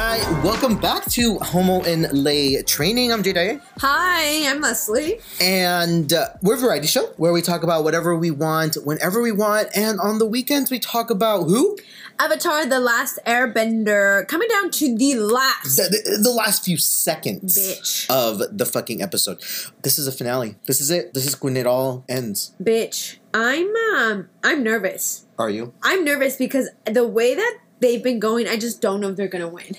Welcome back to Homo in Lay Training. I'm Jada, Hi, I'm Leslie. and uh, we're a variety show where we talk about whatever we want, whenever we want, and on the weekends we talk about who Avatar The Last Airbender coming down to the last. the, the, the last few seconds Bitch. of the fucking episode. This is a finale. This is it. This is when it all ends. Bitch, I'm um I'm nervous. Are you? I'm nervous because the way that they've been going, I just don't know if they're gonna win.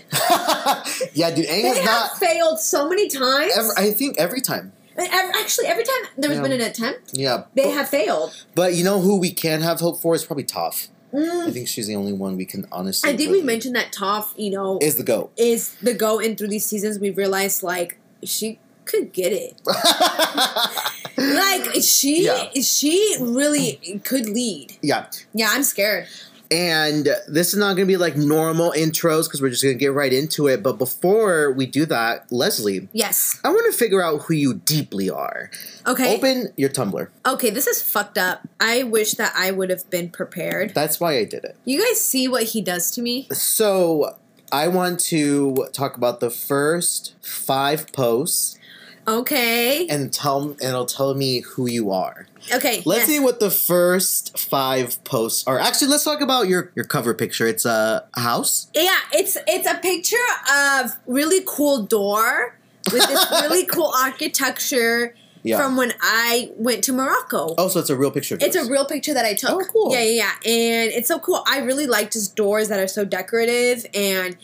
yeah, dude. Aang They is have not. failed so many times. Ever, I think every time. And ev- actually, every time there's Yeah. been an attempt, Yeah. they but, have failed. But you know who we can have hope for is probably Toph. I think she's the only one we can honestly. Mm. I think we really- mentioned that Toph, you know, is, is the goat. the go. And through these seasons, we realized like she could get it. Like she, Yeah. she really could lead. yeah. Yeah, I'm scared. And this is not going to be like normal intros because we're just going to get right into it. But before we do that, Leslie, Yes. I want to figure out who you deeply are. Okay. Open your Tumblr. Okay, this is fucked up. I wish that I would have been prepared. That's why I did it. You guys see what he does to me? So I want to talk about the first five posts Okay. and tell and it'll tell me who you are. Okay. Let's see yes. what the first five posts are. Actually, let's talk about your your cover picture. It's a house. Yeah, it's it's a picture of really cool door with this really cool architecture Yeah. from when I went to Morocco. Oh, so it's a real picture. Of It's a yours. real picture that I took. Oh, cool. Yeah, yeah, yeah. And it's so cool. I really like just doors that are so decorative and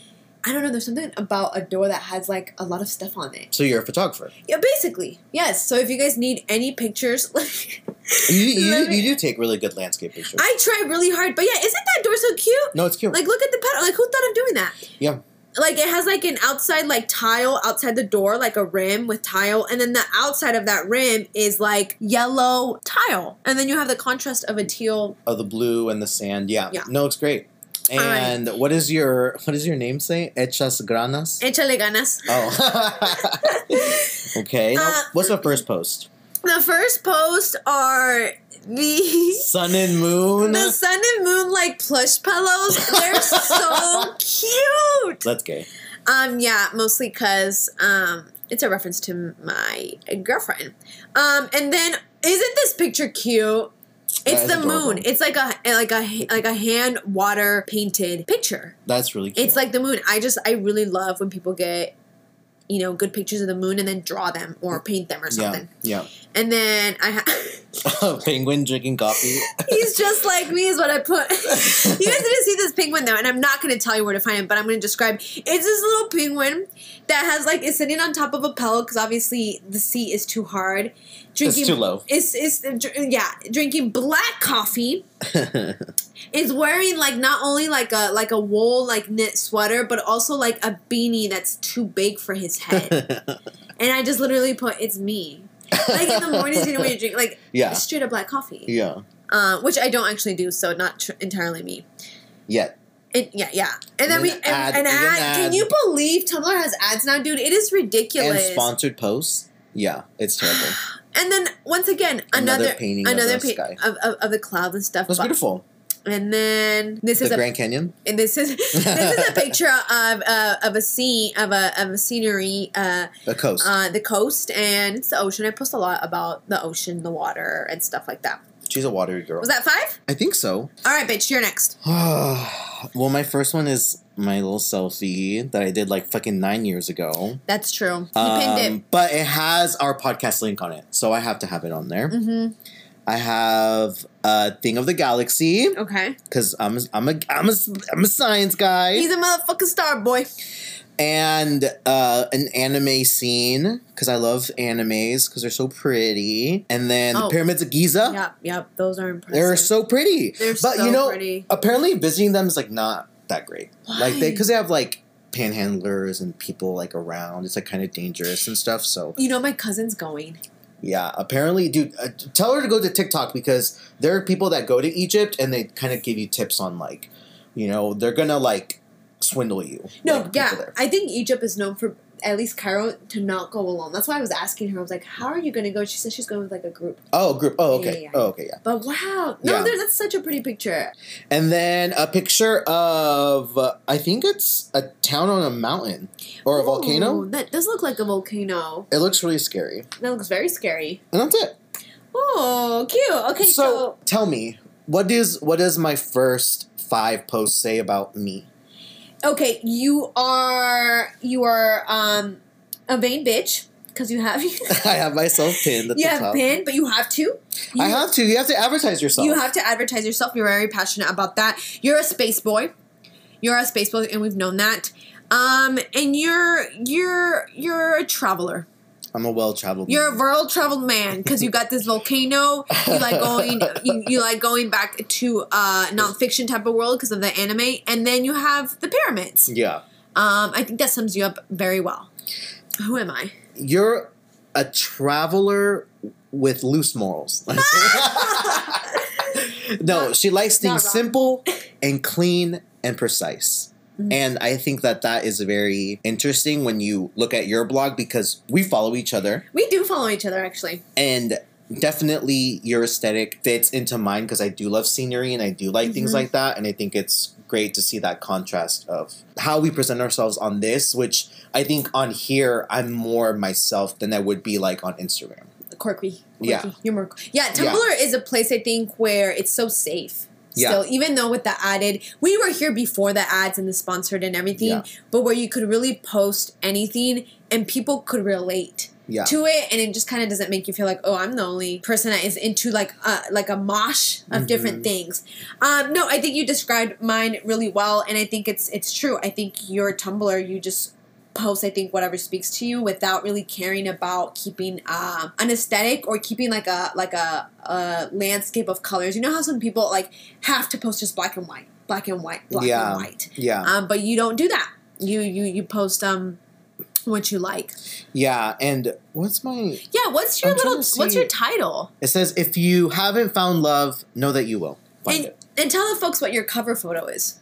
I don't know, there's something about a door that has like a lot of stuff on it. So you're a photographer. Yeah, basically. Yes. So if you guys need any pictures, like You you, Let you me- do take really good landscape pictures. I try really hard, but yeah, isn't that door so cute? no, it's cute. Like look at the petal. Like who thought of doing that? yeah. Like it has like an outside like tile outside the door, like a rim with tile, and then the outside of that rim is like yellow tile. And then you have the contrast of a teal. Oh, the blue and the sand. Yeah. Yeah. No, it's great. right. And what is your what does your name say? Echas granas. Échale ganas. oh. okay. now, Uh, what's the first post? The first post are the Sun and moon. the sun and moon like plush pillows. They're so cute. That's gay. Um, yeah, mostly because um, it's a reference to my girlfriend. Um, and then isn't this picture cute? It's is the adorable. moon. It's like a like a like a hand water painted picture. That's really cute. It's like the moon. I just I really love when people get you know good pictures of the moon and then draw them or paint them or yeah, something. yeah. Oh, And then I ha- Penguin drinking coffee. he's just like me is what I put. you guys didn't see this penguin though, and I'm not going to tell you where to find him, but I'm going to describe. It's this little penguin that has like is sitting on top of a pillow because obviously the seat is too hard. Drinking too low. Is is dr- yeah drinking black coffee. is wearing like not only like a like a wool like knit sweater, but also like a beanie that's too big for his head. and I just literally put it's me. Like in the mornings, you know when you drink like Yeah. straight up black coffee yeah. uh, which I don't actually do, so not tr- entirely me. Yeah. And yeah, yeah. And And then we an and, ad, an and an ad. ad. Can you believe Tumblr has ads now, dude? It is And ridiculous. And, sponsored posts. Yeah, it's terrible. then once again, Another another, painting of another the pa- sky. of, of, of the clouds and stuff. That's But- beautiful. And then this The is a Grand Canyon. and this is this is a picture of uh, of a scene of a of a scenery. Uh, The coast. uh, the coast and it's the ocean. I post a lot about the ocean, the water, and stuff like that. She's a watery girl. Was that five? I think so. All right, bitch, you're next. well, my first one is my little selfie that I did like fucking nine years ago. That's true. He pinned it. Um, But it has our podcast link on it, so I have to have it on there. Mm-hmm. I have a thing of the galaxy Okay. because I'm a, I'm a I'm a I'm a science guy, He's a motherfucking star boy. and uh, an anime scene because I love animes because they're so pretty, and then the Oh. pyramids of Giza. Yep, yep. Those are impressive. They're so pretty. They're but so you know, pretty. apparently visiting them is like not that great. Like they Why? because they have like panhandlers and people like around. It's like kind of dangerous and stuff. So You know, my cousin's going. yeah, apparently, dude, uh, tell her to go to TikTok because there are people that go to Egypt and they kind of give you tips on like, you know, they're gonna like swindle you. No, like, people yeah. there. I think Egypt is known for at least Cairo to not go alone. That's why I was asking her. I was like, "How are you going to go?" She said she's going with like a group. Oh, group. Oh, okay. Yeah, yeah, yeah. Oh, okay. Yeah. But wow, no, Yeah. there- that's such a pretty picture. And then a picture of uh, I think it's a town on a mountain or a volcano. Ooh, That does look like a volcano. It looks really scary. That looks very scary. And that's it. Oh, cute. Okay, so, so tell me, what is what does my first five posts say about me? okay, you are you are um a vain bitch because you have I have myself pinned at you the have top. pin, but you have to. You, I have to. You have to advertise yourself. You have to advertise yourself. You're very passionate about that. You're a space boy. You're a space boy, and we've known that. Um, and you're you're you're a traveler. I'm a well traveled. You're a world traveled man because you got this volcano. You like going. You, you like going back to uh nonfiction type of world because of the anime, and then you have the pyramids. Yeah. Um, I think that sums you up very well. Who am I? You're a traveler with loose morals. no, she likes not things wrong. simple and clean and precise. Mm-hmm. And I think that that is very interesting when you look at your blog because we follow each other. We do follow each other, actually. and definitely your aesthetic fits into mine because I do love scenery and I do like Mhm. things like that, and I think it's great to see that contrast of how we present ourselves on this, which I think on here I'm more myself than I would be like on Instagram. quirky. Yeah. quirky. You're more. qu- Yeah, Tumblr is a place I think where it's so safe. Yeah. Still, even though with the added, we were here before the ads and the sponsored and everything, Yeah. but where you could really post anything and people could relate Yeah, to it, and it just kind of doesn't make you feel like, oh, I'm the only person that is into like a like a mosh of different Mhm. things. Um, no, I think you described mine really well, and I think it's it's true. I think your Tumblr, you just post i think whatever speaks to you without really caring about keeping uh, an aesthetic or keeping like a like a, a landscape of colors you know how some people like have to post just black and white black and white black Yeah. and white yeah, um, but you don't do that you you you post um what you like yeah. And what's my? yeah what's your I'm trying little to what's see- your title It says if you haven't found love, know that you will. Find and it. and tell the folks what your cover photo is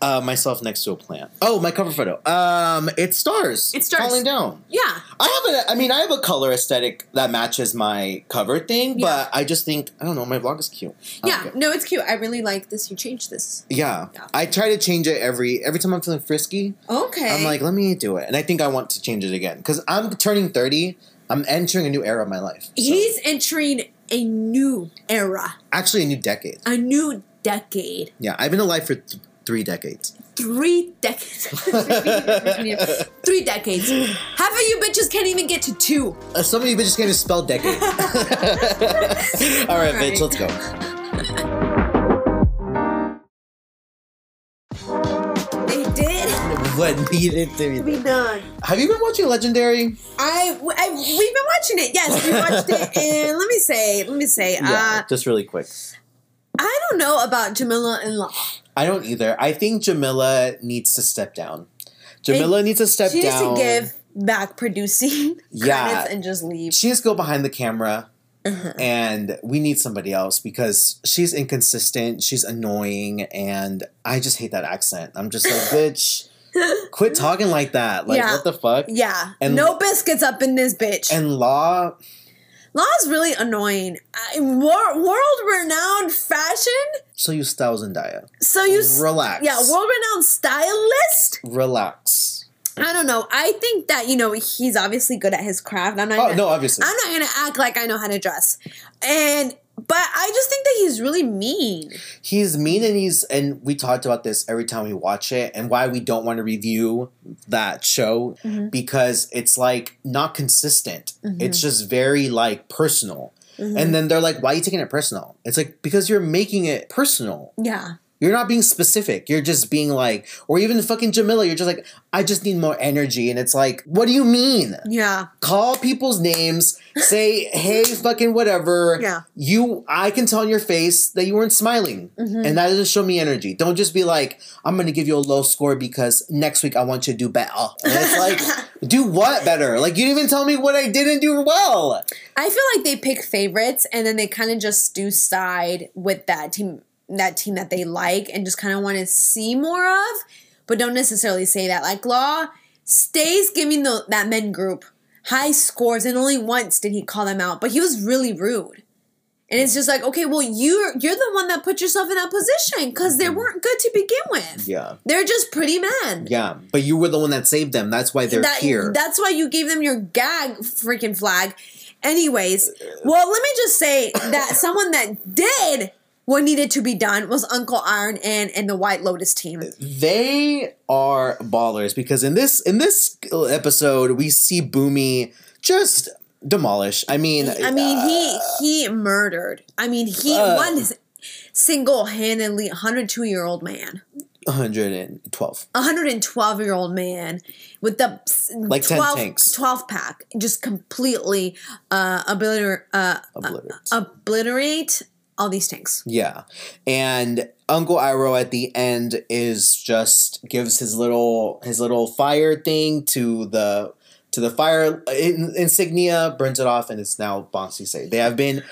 Uh, myself next to a plant. Oh, my cover photo. Um, it stars. It stars. falling down. yeah I have a, I mean, I have a color aesthetic that matches my cover thing, Yeah. but I just think I don't know. My vlog is cute. I yeah like it. no it's cute i really like this you changed this yeah. Yeah. I try to change it every every time I'm feeling frisky. okay I'm like, let me do it, and I think I want to change it again because I'm turning thirty. I'm entering a new era of my life. So- he's entering a new era actually a new decade. a new decade. Yeah, I've been alive for th- three decades. Three decades. Three decades. Half of you bitches can't even get to two. Uh, some of you bitches can't even spell decade. All right, All right. bitch, let's go. They did What needed to be? be done. Have you been watching Legendary? I, I- we've been watching it. Yes, we watched it. And let me say, let me say, uh, just really quick. I don't know about Jamila and Law. I don't either. I think Jamila needs to step down. Jamila needs to step She needs down. to give back producing Yeah. credits and just leave. She needs to go behind the camera, Uh-huh. and we need somebody else because she's inconsistent. She's annoying, and I just hate that accent. I'm just like, bitch, quit talking like that. Like, Yeah. what the fuck? Yeah. And- no biscuits up in this bitch. And Law, Law's really annoying. I, wor- world renowned fashion so you styles and diet. So you s- Relax. Yeah, world renowned stylist. Relax. I don't know. I think that you know he's obviously good at his craft. I'm not. Oh gonna, no, obviously. I'm not gonna act like I know how to dress, and but I just think that he's really mean. he's mean and he's and we talked about this every time we watch it and why we don't want to review that show Mhm. because it's like not consistent Mhm. it's just very like personal Mhm. and then they're like why are you taking it personal it's like because you're making it personal Yeah, you're not being specific you're just being like or even fucking jamila you're just like i just need more energy and it's like what do you mean yeah, call people's names say hey fucking whatever Yeah. you i can tell on your face that you weren't smiling Mm-hmm. and that doesn't show me energy don't just be like i'm gonna give you a low score because next week i want you to do better and it's like do what better like you didn't even tell me what i didn't do well I feel like they pick favorites and then they kind of just do side with that team, that team that they like, and just kind of want to see more of, but don't necessarily say that. Like Law stays giving the, that men group high scores, and only once did he call them out, but he was really rude. And it's just like, okay, well, you're you're the one that put yourself in that position because they weren't good to begin with. Yeah. They're just pretty men. Yeah. But you were the one that saved them. That's why they're That- here. That's why you gave them your gag freaking flag. Anyways, well, let me just say that someone that did what needed to be done was Uncle Iron and and the White Lotus team. they are ballers because in this in this episode we see Boomy just demolish. I mean, I mean, he he murdered. I mean, he Uh. one single handedly 102 year old man, 112. 112 year old man with the Like 10 tanks. 12 pack just completely uh, obliter- uh, Obliterates. obliterate all these tanks. Yeah. And Uncle Iroh at the end is just gives his little his little fire thing to the to the fire in, insignia, burns it off, and it's now Bonsi Say. They have been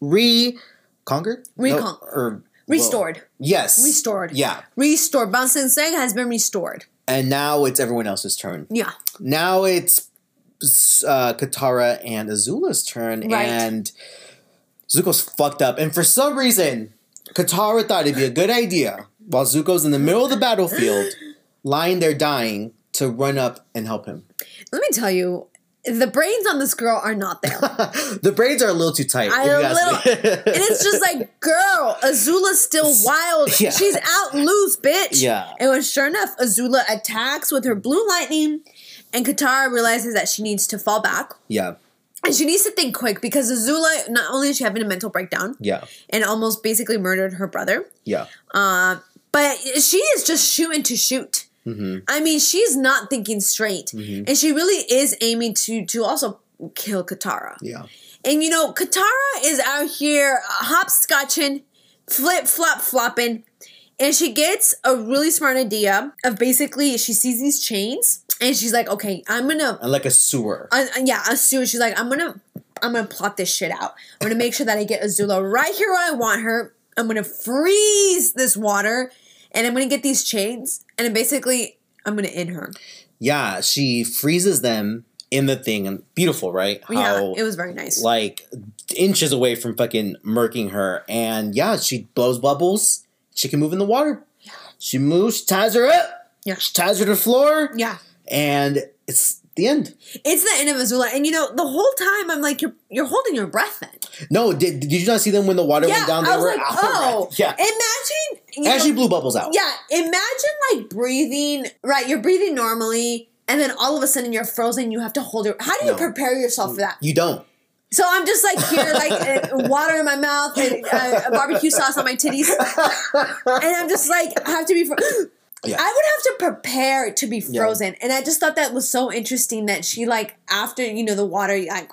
re conquered? Recon- or Restored. yes. Restored. Yeah. Restored. Bansen Seng has been restored. And now it's everyone else's turn. Yeah. Now it's uh, Katara and Azula's turn, Right. and Zuko's fucked up. And for some reason, Katara thought it'd be a good idea while Zuko's in the middle of the battlefield, lying there dying, to run up and help him. Let me tell you, the brains on this girl are not there. the braids are a little too tight. I if you a ask me. And it's just like, girl, Azula's still wild. Yeah. She's out loose, bitch. Yeah. And when, sure enough, Azula attacks with her blue lightning, and Katara realizes that she needs to fall back. yeah, And she needs to think quick because Azula, not only is she having a mental breakdown yeah, and almost basically murdered her brother, yeah. uh, but she is just shooting to shoot. I mean, she's not thinking straight, and she really is aiming to to also kill Katara. Yeah. And you know, Katara is out here uh, hopscotching, flip flop flopping, and she gets a really smart idea of basically she sees these chains and she's like, okay, I'm gonna And like a sewer. uh, uh, yeah, Azula. She's like, I'm gonna, I'm gonna plot this shit out. I'm gonna make sure that I get Azula right here where I want her. I'm gonna freeze this water, and I'm gonna get these chains, and then basically, I'm gonna end her. yeah, she freezes them in the thing. And beautiful, right? yeah, it was very nice. like inches away from fucking murking her. And yeah, she blows bubbles. She can move in the water. She moves, she ties her up, yeah, she ties her to the floor, yeah. and it's the end. It's the end of Azula, and you know, the whole time I'm like, you're you're holding your breath. Then No, did, did you not see them when the water yeah, went down? They I was were like, out of oh, breath. Yeah. Imagine, you And know- she blew bubbles out. Yeah, imagine like breathing, right? You're breathing normally, and then all of a sudden you're frozen. You have to hold your. How do you No. prepare yourself for that? You don't. So I'm just like here, like uh, water in my mouth and uh, barbecue sauce on my titties, and I'm just like I have to be. Fro- Yeah. I would have to prepare to be frozen, and I just thought that was so interesting that she like after you know the water like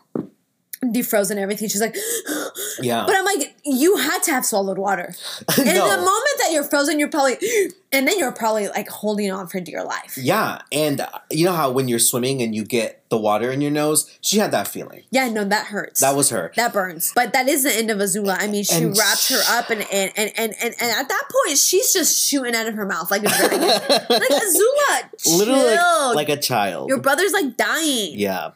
defrozen everything. She's like, Yeah. but I'm like you had to have swallowed water. And No. the moment that you're frozen, you're probably, and then you're probably like holding on for dear life. yeah. And uh, you know how when you're swimming and you get the water in your nose? She had that feeling. Yeah, no, that hurts. That was her. That burns. But that is the end of Azula. I mean, she And wrapped her up and and, and and and and at that point she's just shooting out of her mouth like a dragon. like Azula, Literally chill. like, like a child. your brother's like dying. Yeah.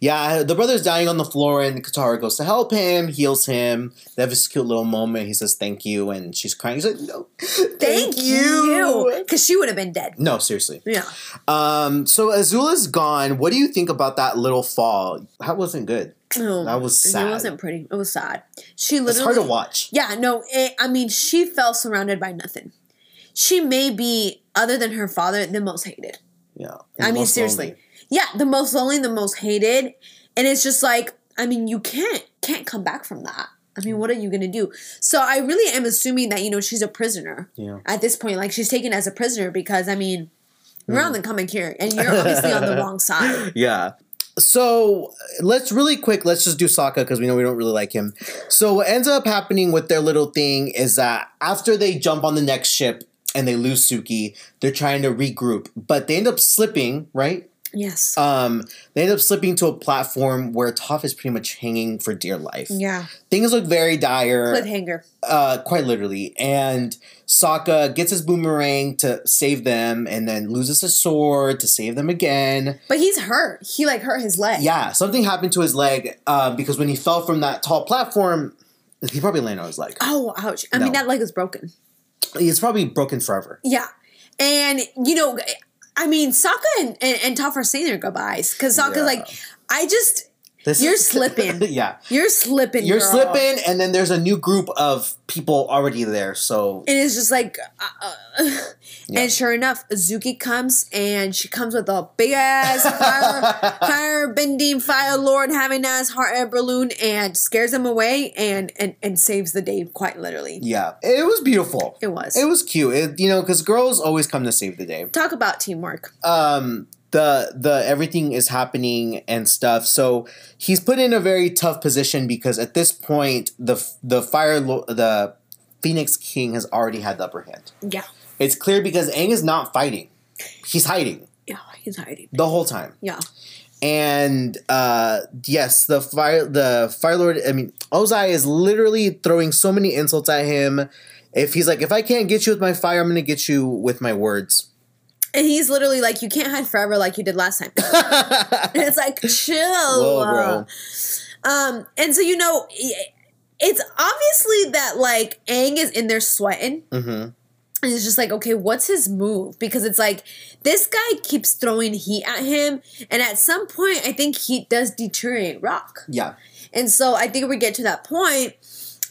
Yeah, the brother's dying on the floor, and Katara goes to help him, heals him. They have this cute little moment. He says, Thank you. And she's crying. She's like, No, thank, Thank you. Cause she would have been dead. No, seriously. Yeah. Um, so Azula's gone. What do you think about that little fall? That wasn't good. Oh, That was sad. It wasn't pretty. It was sad. She literally It's hard to watch. Yeah, no, it, I mean, she fell surrounded by nothing. She may be, other than her father, the most hated. Yeah. I mean, Most seriously. lonely. Yeah, the most lonely, the most hated, and it's just like, I mean, you can't can't come back from that. I mean, what are you gonna do? So I really am assuming that you know she's a prisoner Yeah. at this point. Like she's taken as a prisoner because I mean, we're Mm. on the common here, and you're obviously on the wrong side. Yeah. So let's really quick, let's just do Sokka because we know we don't really like him. So what ends up happening with their little thing is that after they jump on the next ship and they lose Suki, they're trying to regroup, but they end up slipping, right? Yes. Um, they end up slipping to a platform where Toph is pretty much hanging for dear life. yeah. Things look very dire, Cliffhanger. uh, quite literally. And Sokka gets his boomerang to save them, and then loses his sword to save them again. But he's hurt. He like hurt his leg. Yeah, something happened to his leg uh, because when he fell from that tall platform, he probably landed on his leg. Oh, ouch. I No. mean, that leg is broken. It's probably broken forever. Yeah. And, you know, I mean, Sokka and, and, and Toph are saying their goodbyes because Sokka's Yeah. like, I just, This You're slipping. yeah, you're slipping. you're girl. slipping, and then there's a new group of people already there. So And it's just like, uh, uh, Yeah. and sure enough, Zuki comes and she comes with a big ass fire, fire bending fire lord having ass heart air balloon and scares them away and, and and saves the day quite literally. yeah, it was beautiful. It was. It was cute, it, you know, because girls always come to save the day. Talk about teamwork. Um, the the everything is happening and stuff. So he's put in a very tough position because at this point the f- the fire lo- the Phoenix King has already had the upper hand. Yeah. It's clear because Aang is not fighting; he's hiding Yeah, he's hiding. the whole time. Yeah. And uh, yes, the fire the fire lord. I mean, Ozai is literally throwing so many insults at him. If he's like, if I can't get you with my fire, I'm gonna get you with my words. And he's literally like, you can't hide forever like you did last time. and it's like, chill. Whoa, bro. Um, and so, you know, i- it's obviously that like Aang is in there sweating. Mm-hmm. And it's just like, okay, what's his move? Because it's like this guy keeps throwing heat at him, and at some point, I think heat does deteriorate rock. Yeah. And so I think we get to that point,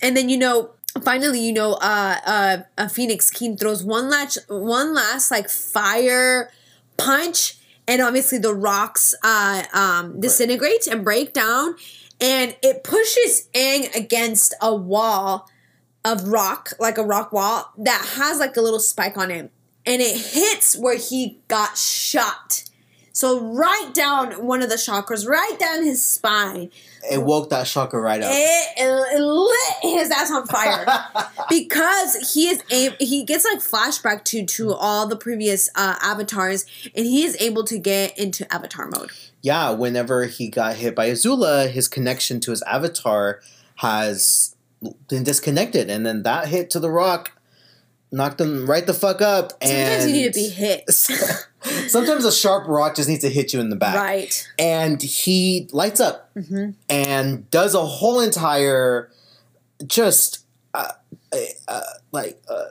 and then you know, finally, you know, uh, uh, uh Phoenix King throws one last, one last like fire punch, and obviously the rocks uh, um, disintegrate and break down, and it pushes Aang against a wall of rock, like a rock wall that has like a little spike on it, and it hits where he got shot. So right down one of the chakras, right down his spine It woke that shocker right up. it, it lit his ass on fire because he is a, he gets like flashback to to all the previous uh, avatars and he is able to get into avatar mode yeah, whenever he got hit by Azula, his connection to his avatar has been disconnected, and then that hit to the rock knocked him right the fuck up. sometimes and you need to be hit sometimes a sharp rock just needs to hit you in the back. right Mm-hmm. And he lights up and does a whole entire just uh, uh, like uh,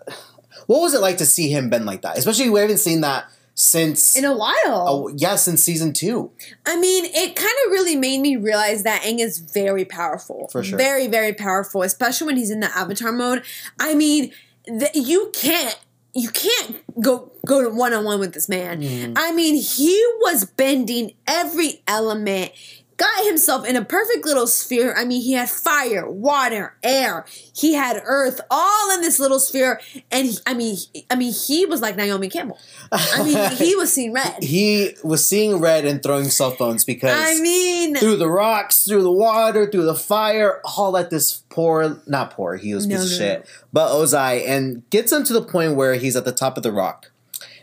what was it like to see him bend like that? Especially we haven't seen that since in a while oh yeah since season two. I mean, it kind of really made me realize that Aang is very powerful. For sure. Very, very powerful, especially when he's in the avatar mode. I mean, th- you can't you can't go go one on one with this man. Mm. I mean, he was bending every element. Got himself in a perfect little sphere. I mean, he had fire, water, air. He had earth, all in this little sphere. And he- I mean, he- I mean, he was like Naomi Campbell. I mean, he was seen red. He was seeing red and throwing cell phones because I mean, through the rocks, through the water, through the fire, all at this poor, not poor, he was a No, piece of no, shit, but Ozai, and gets him to the point where he's at the top of the rock.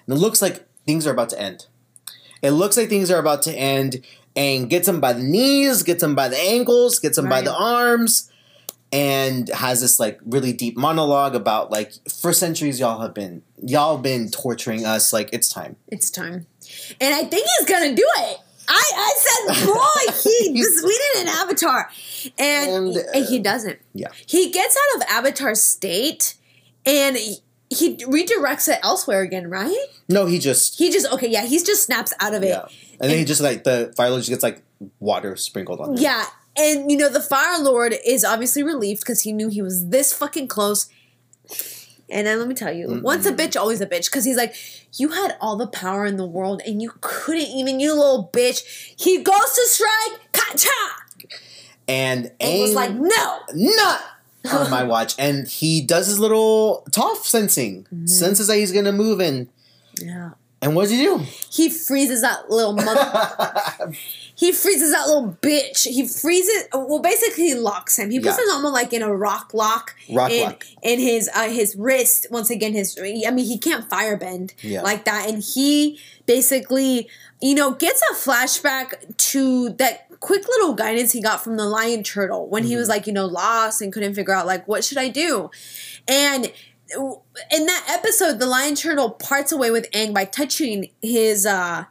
And it looks like things are about to end. It looks like things are about to end, and gets him by the knees, gets him by the ankles, gets him by Right. the arms, and has this like really deep monologue about like for centuries y'all have been y'all been torturing us like it's time It's time. And I think he's gonna do it. I, I said, boy, he just we did an avatar. And, And, uh, and he doesn't. yeah. He gets out of avatar state and he, he redirects it elsewhere again, right? no he just He just okay, yeah, he just snaps out of it. Yeah. And then he just like the fire lord just gets like water sprinkled on him. Yeah, and you know the Fire Lord is obviously relieved because he knew he was this fucking close. And then let me tell you, once a bitch, always a bitch. Because he's like, you had all the power in the world and you couldn't even, you little bitch. He goes to strike, kacha, And and was Aang like, no. not on my watch. And Mm-hmm. he does his little Toph sensing. Senses that he's gonna move and Yeah, And what does he do? He freezes that little mother. Uh, he freezes that little bitch. He freezes. Well, basically, he locks him. He puts Yeah. him almost like in a rock lock. Rock in, lock. in his uh, his wrist. Once again, his. I mean, he can't firebend Yeah. like that, and he basically, you know, gets a flashback to that quick little guidance he got from the lion turtle when Mm-hmm. he was like, you know, lost and couldn't figure out like what should I do, and in that episode, the lion turtle parts away with Aang by touching his uh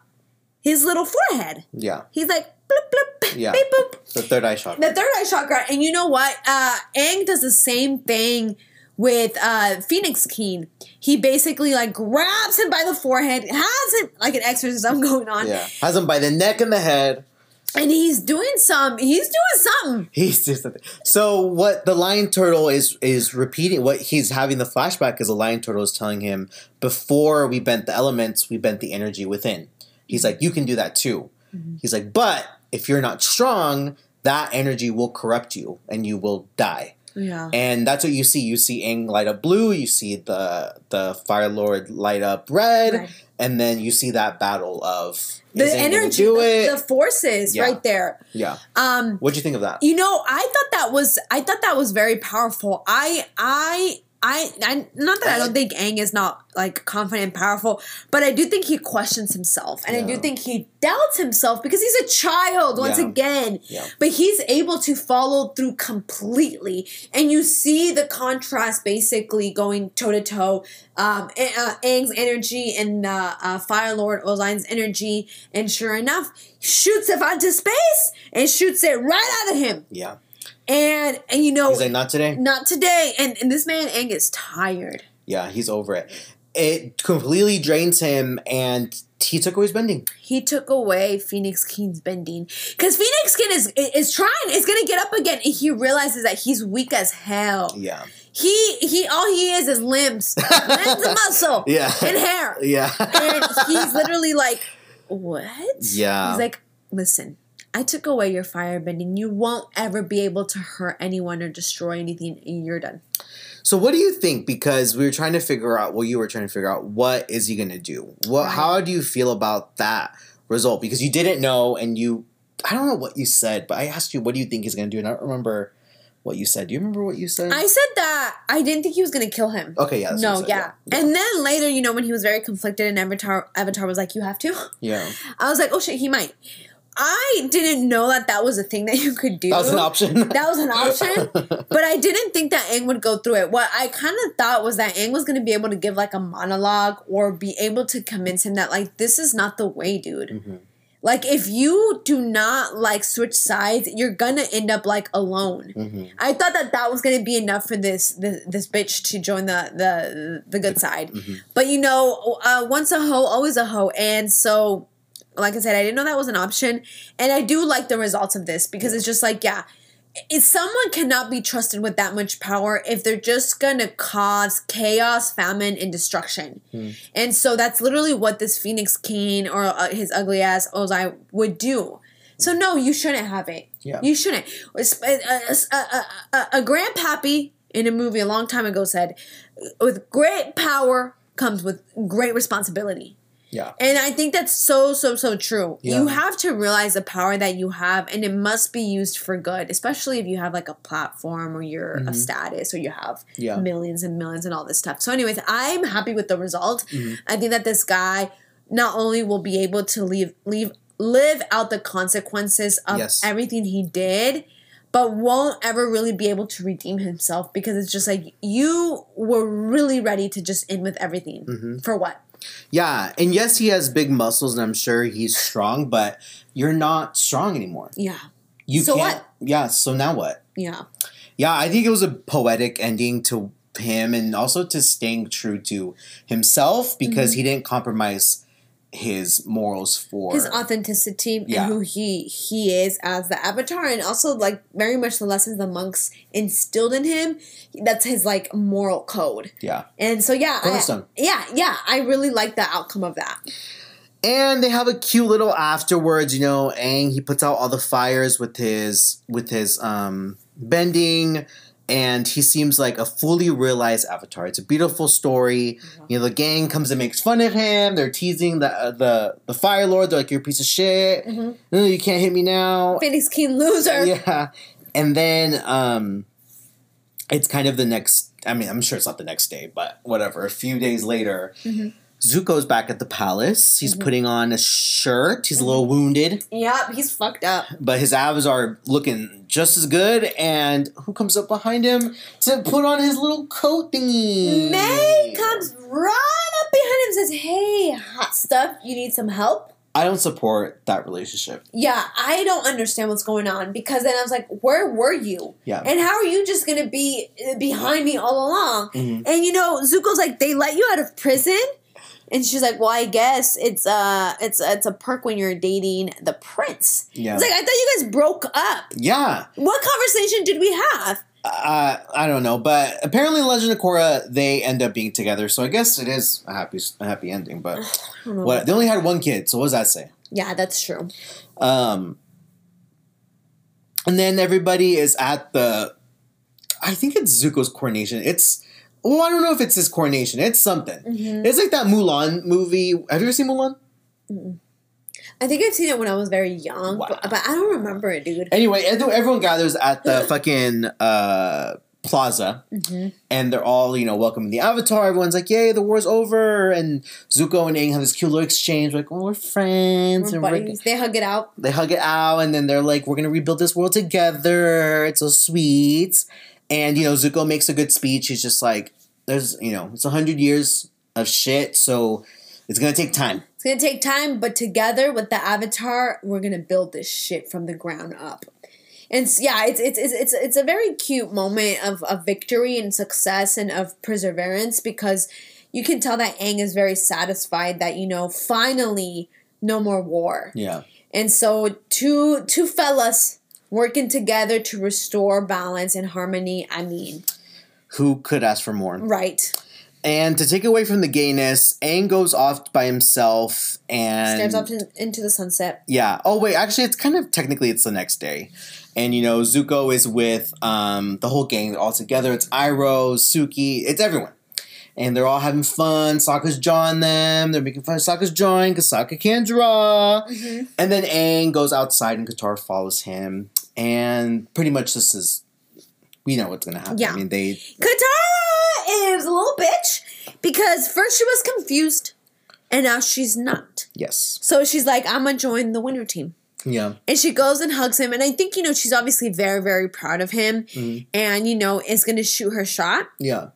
his little forehead. yeah. He's like bloop bloop, Yeah. beep boop. The third eye shot. The third eye chakra, and you know what? Uh Aang does the same thing with uh Phoenix Keen. He basically like grabs him by the forehead, has him like an exorcism going on, Yeah. Has him by the neck and the head. and he's doing some. He's doing something. He's just so what the lion turtle is is repeating what he's having the flashback is the lion turtle is telling him before we bent the elements we bent the energy within. He's like you can do that too. Mm-hmm. He's like but if you're not strong that energy will corrupt you and you will die. Yeah. And that's what you see. You see Aang light up blue. You see the the Fire Lord light up red, Red. and then you see that battle of The is Aang gonna energy, Do the, it. the forces Yeah. right there. yeah. Um What'd you think of that? You know, I thought that was I thought that was very powerful. I I I, I not that I don't think Aang is not like confident and powerful, but I do think he questions himself, and I do Yeah. think he doubts himself because he's a child once Yeah. again. Yeah. But he's able to follow through completely, and you see the contrast basically going toe to toe. Um, A- uh, Aang's energy and uh, uh, Fire Lord Oline's energy, and sure enough, shoots it onto space and shoots it right out of him. Yeah. And and you know, He's like, not today. not today. And and this man Aang is tired. Yeah, he's over it. It completely drains him, and he took away his bending. He took away Phoenix King's bending because Phoenix King is is trying. Is gonna get up again. And he realizes that he's weak as hell. Yeah. He he. All he is is limbs, limbs and muscle, Yeah. and hair. Yeah. And he's literally like, what? Yeah. He's like, listen. I took away your firebending. You won't ever be able to hurt anyone or destroy anything. You're done. so, what do you think? Because we were trying to figure out, well, you were trying to figure out, what is he going to do? What? Right. How do you feel about that result? Because you didn't know, and you, I don't know what you said, but I asked you, what do you think he's going to do? And I don't remember what you said. Do you remember what you said? I said that I didn't think he was gonna kill him. okay, yeah. Oh, that's what you no, said, yeah. And then later, you know, when he was very conflicted and Avatar Avatar was like, You have to? Yeah. I was like, Oh shit, he might. I didn't know that that was a thing that you could do. That was an option. That was an option, but I didn't think that Aang would go through it. What I kind of thought was that Aang was going to be able to give like a monologue or be able to convince him that like this is not the way, dude. Mm-hmm, Like if you do not like switch sides, you're gonna end up like alone. mm-hmm, I thought that that was gonna be enough for this this, this bitch to join the the the good side, mm-hmm. but you know, uh, once a hoe, always a hoe, and so. Like I said, I didn't know that was an option, and I do like the results of this because it's just like, yeah, if someone cannot be trusted with that much power if they're just gonna cause chaos, famine, and destruction. And so that's literally what this Phoenix King or uh, his ugly ass Ozai would do. So no, you shouldn't have it. Yeah. You shouldn't. It's- uh, A, a, a, uh, a, a grandpappy in a movie a long time ago said, "With great power comes with great responsibility." yeah. And I think that's so, so, so true. You Yeah. have to realize the power that you have, and it must be used for good, especially if you have like a platform or you're of status or you have Mm-hmm. Yeah. millions and millions and all this stuff. So, anyways, I'm happy with the result. Mm-hmm. I think that this guy not only will be able to leave, leave, live out the consequences of Yes. everything he did, but won't ever really be able to redeem himself because it's just like you were really ready to just end with everything. Mm-hmm. For what? Yeah, and yes, he has big muscles, and I'm sure he's strong, but you're not strong anymore. Yeah. You So can't, what? Yeah. So now what? Yeah. Yeah, I think it was a poetic ending to him, and also to staying true to himself because Mm-hmm. he didn't compromise his morals for his authenticity Yeah. and who he he is as the avatar and also like very much the lessons the monks instilled in him that's his like moral code yeah. and so yeah I, Cornerstone. yeah yeah i really like the outcome of that And they have a cute little afterwards, you know, Aang, he puts out all the fires with his with his um bending. and he seems like a fully realized avatar. It's a beautiful story. You know, the gang comes and makes fun of him. They're teasing the uh, the the Fire Lord. They're like, "You're a piece of shit. Mhm. No, you can't hit me now." Phoenix King loser. Yeah, and then um, it's kind of the next. I mean, I'm sure it's not the next day, but whatever. A few days later, Mhm. Zuko's back at the palace. He's Mm-hmm. putting on a shirt. He's a little wounded, Yep, he's fucked up. but his abs are looking just as good. And who comes up behind him to put on his little coat thingy? May comes right up behind him and says, Hey, hot stuff, you need some help? I don't support that relationship. Yeah, I don't understand what's going on because then I was like, Where were you? Yeah. And how are you just going to be uh, behind me all along? Mhm. And you know, Zuko's like, They let you out of prison? And she's like, "Well, I guess it's uh, it's it's a perk when you're dating the prince." Yeah. It's like I thought you guys broke up. yeah. What conversation did we have? uh, I don't know, but apparently, Legend of Korra they end up being together. So I guess it is a happy a happy ending. But I don't know. what they only had one kid, so what does that say? Yeah, that's true. Um, and then everybody is at the, I think it's Zuko's coronation. It's well, I don't know if it's his coronation. It's something. It's like that Mulan movie. Have you ever seen Mulan? I think I've seen it when I was very young, Wow. but, but I don't remember it, dude. Anyway, and everyone gathers at the fucking uh, plaza, Mm-hmm. and they're all you know welcoming the Avatar. Everyone's like, "Yay, the war's over!" And Zuko and Aang have this cute little exchange, like, "Oh, we're friends," We're and we're, buddies. They hug it out. they hug it out, and then they're like, "We're gonna rebuild this world together." It's so sweet, and you know Zuko makes a good speech. He's just like, "There's you know, it's a hundred years of shit, so it's gonna take time." It's gonna take time, but together with the avatar, we're gonna build this shit from the ground up. And s- yeah, it's it's it's it's, it's a very cute moment of, of victory and success and of perseverance because you can tell that Aang is very satisfied that you know finally no more war. Yeah, And so two two fellas working together to restore balance and harmony. I mean, who could ask for more? right. And to take away from the gayness, Aang goes off by himself and Stares off in- into the sunset. yeah. Oh wait, actually, it's kind of technically it's the next day, and you know Zuko is with um, the whole gang. They're all together. It's Iroh, Suki, it's everyone, and they're all having fun. Sokka's drawing them. They're making fun of Sokka's drawing because Sokka can't draw. Mm-hmm. And then Aang goes outside, and Katara follows him. And pretty much this is, we know what's gonna happen. Yeah. I mean, they Katara is a little bitch because first she was confused and now she's not. yes, So she's like, I'm gonna join the winter team. yeah, And she goes and hugs him. And I think, you know, she's obviously very, very proud of him. And, you know, is gonna shoot her shot Mm-hmm. yeah.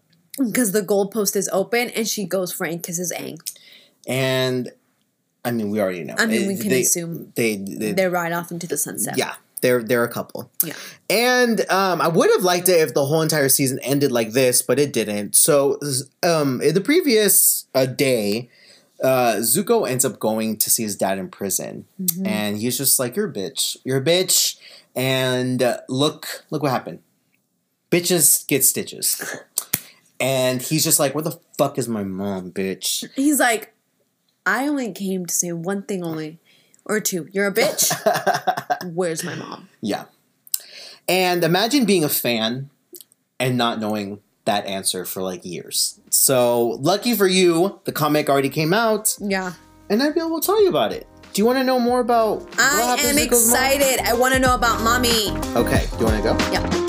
because the goalpost is open and she goes for it and kisses Aang. And I mean, we already know. I mean, It- we can they, assume. they, they, They ride off into the sunset. yeah, they're they're a couple. Yeah. And um, I would have liked it if the whole entire season ended like this, but it didn't. So um, in the previous uh, day, uh, Zuko ends up going to see his dad in prison, Mm-hmm. and he's just like, "You're a bitch. You're a bitch." And uh, look, look what happened. Bitches get stitches. And he's just like, "Where the fuck is my mom, bitch?" He's like, I only came to say one thing only or two. You're a bitch. Where's my mom? Yeah. And imagine being a fan and not knowing that answer for like years. So, lucky for you, the comic already came out Yeah. and I'd be able to tell you about it. Do you want to know more about what I happens am to Zuko's mom? excited. I want to know about mommy. Okay, do you want to go? Yeah.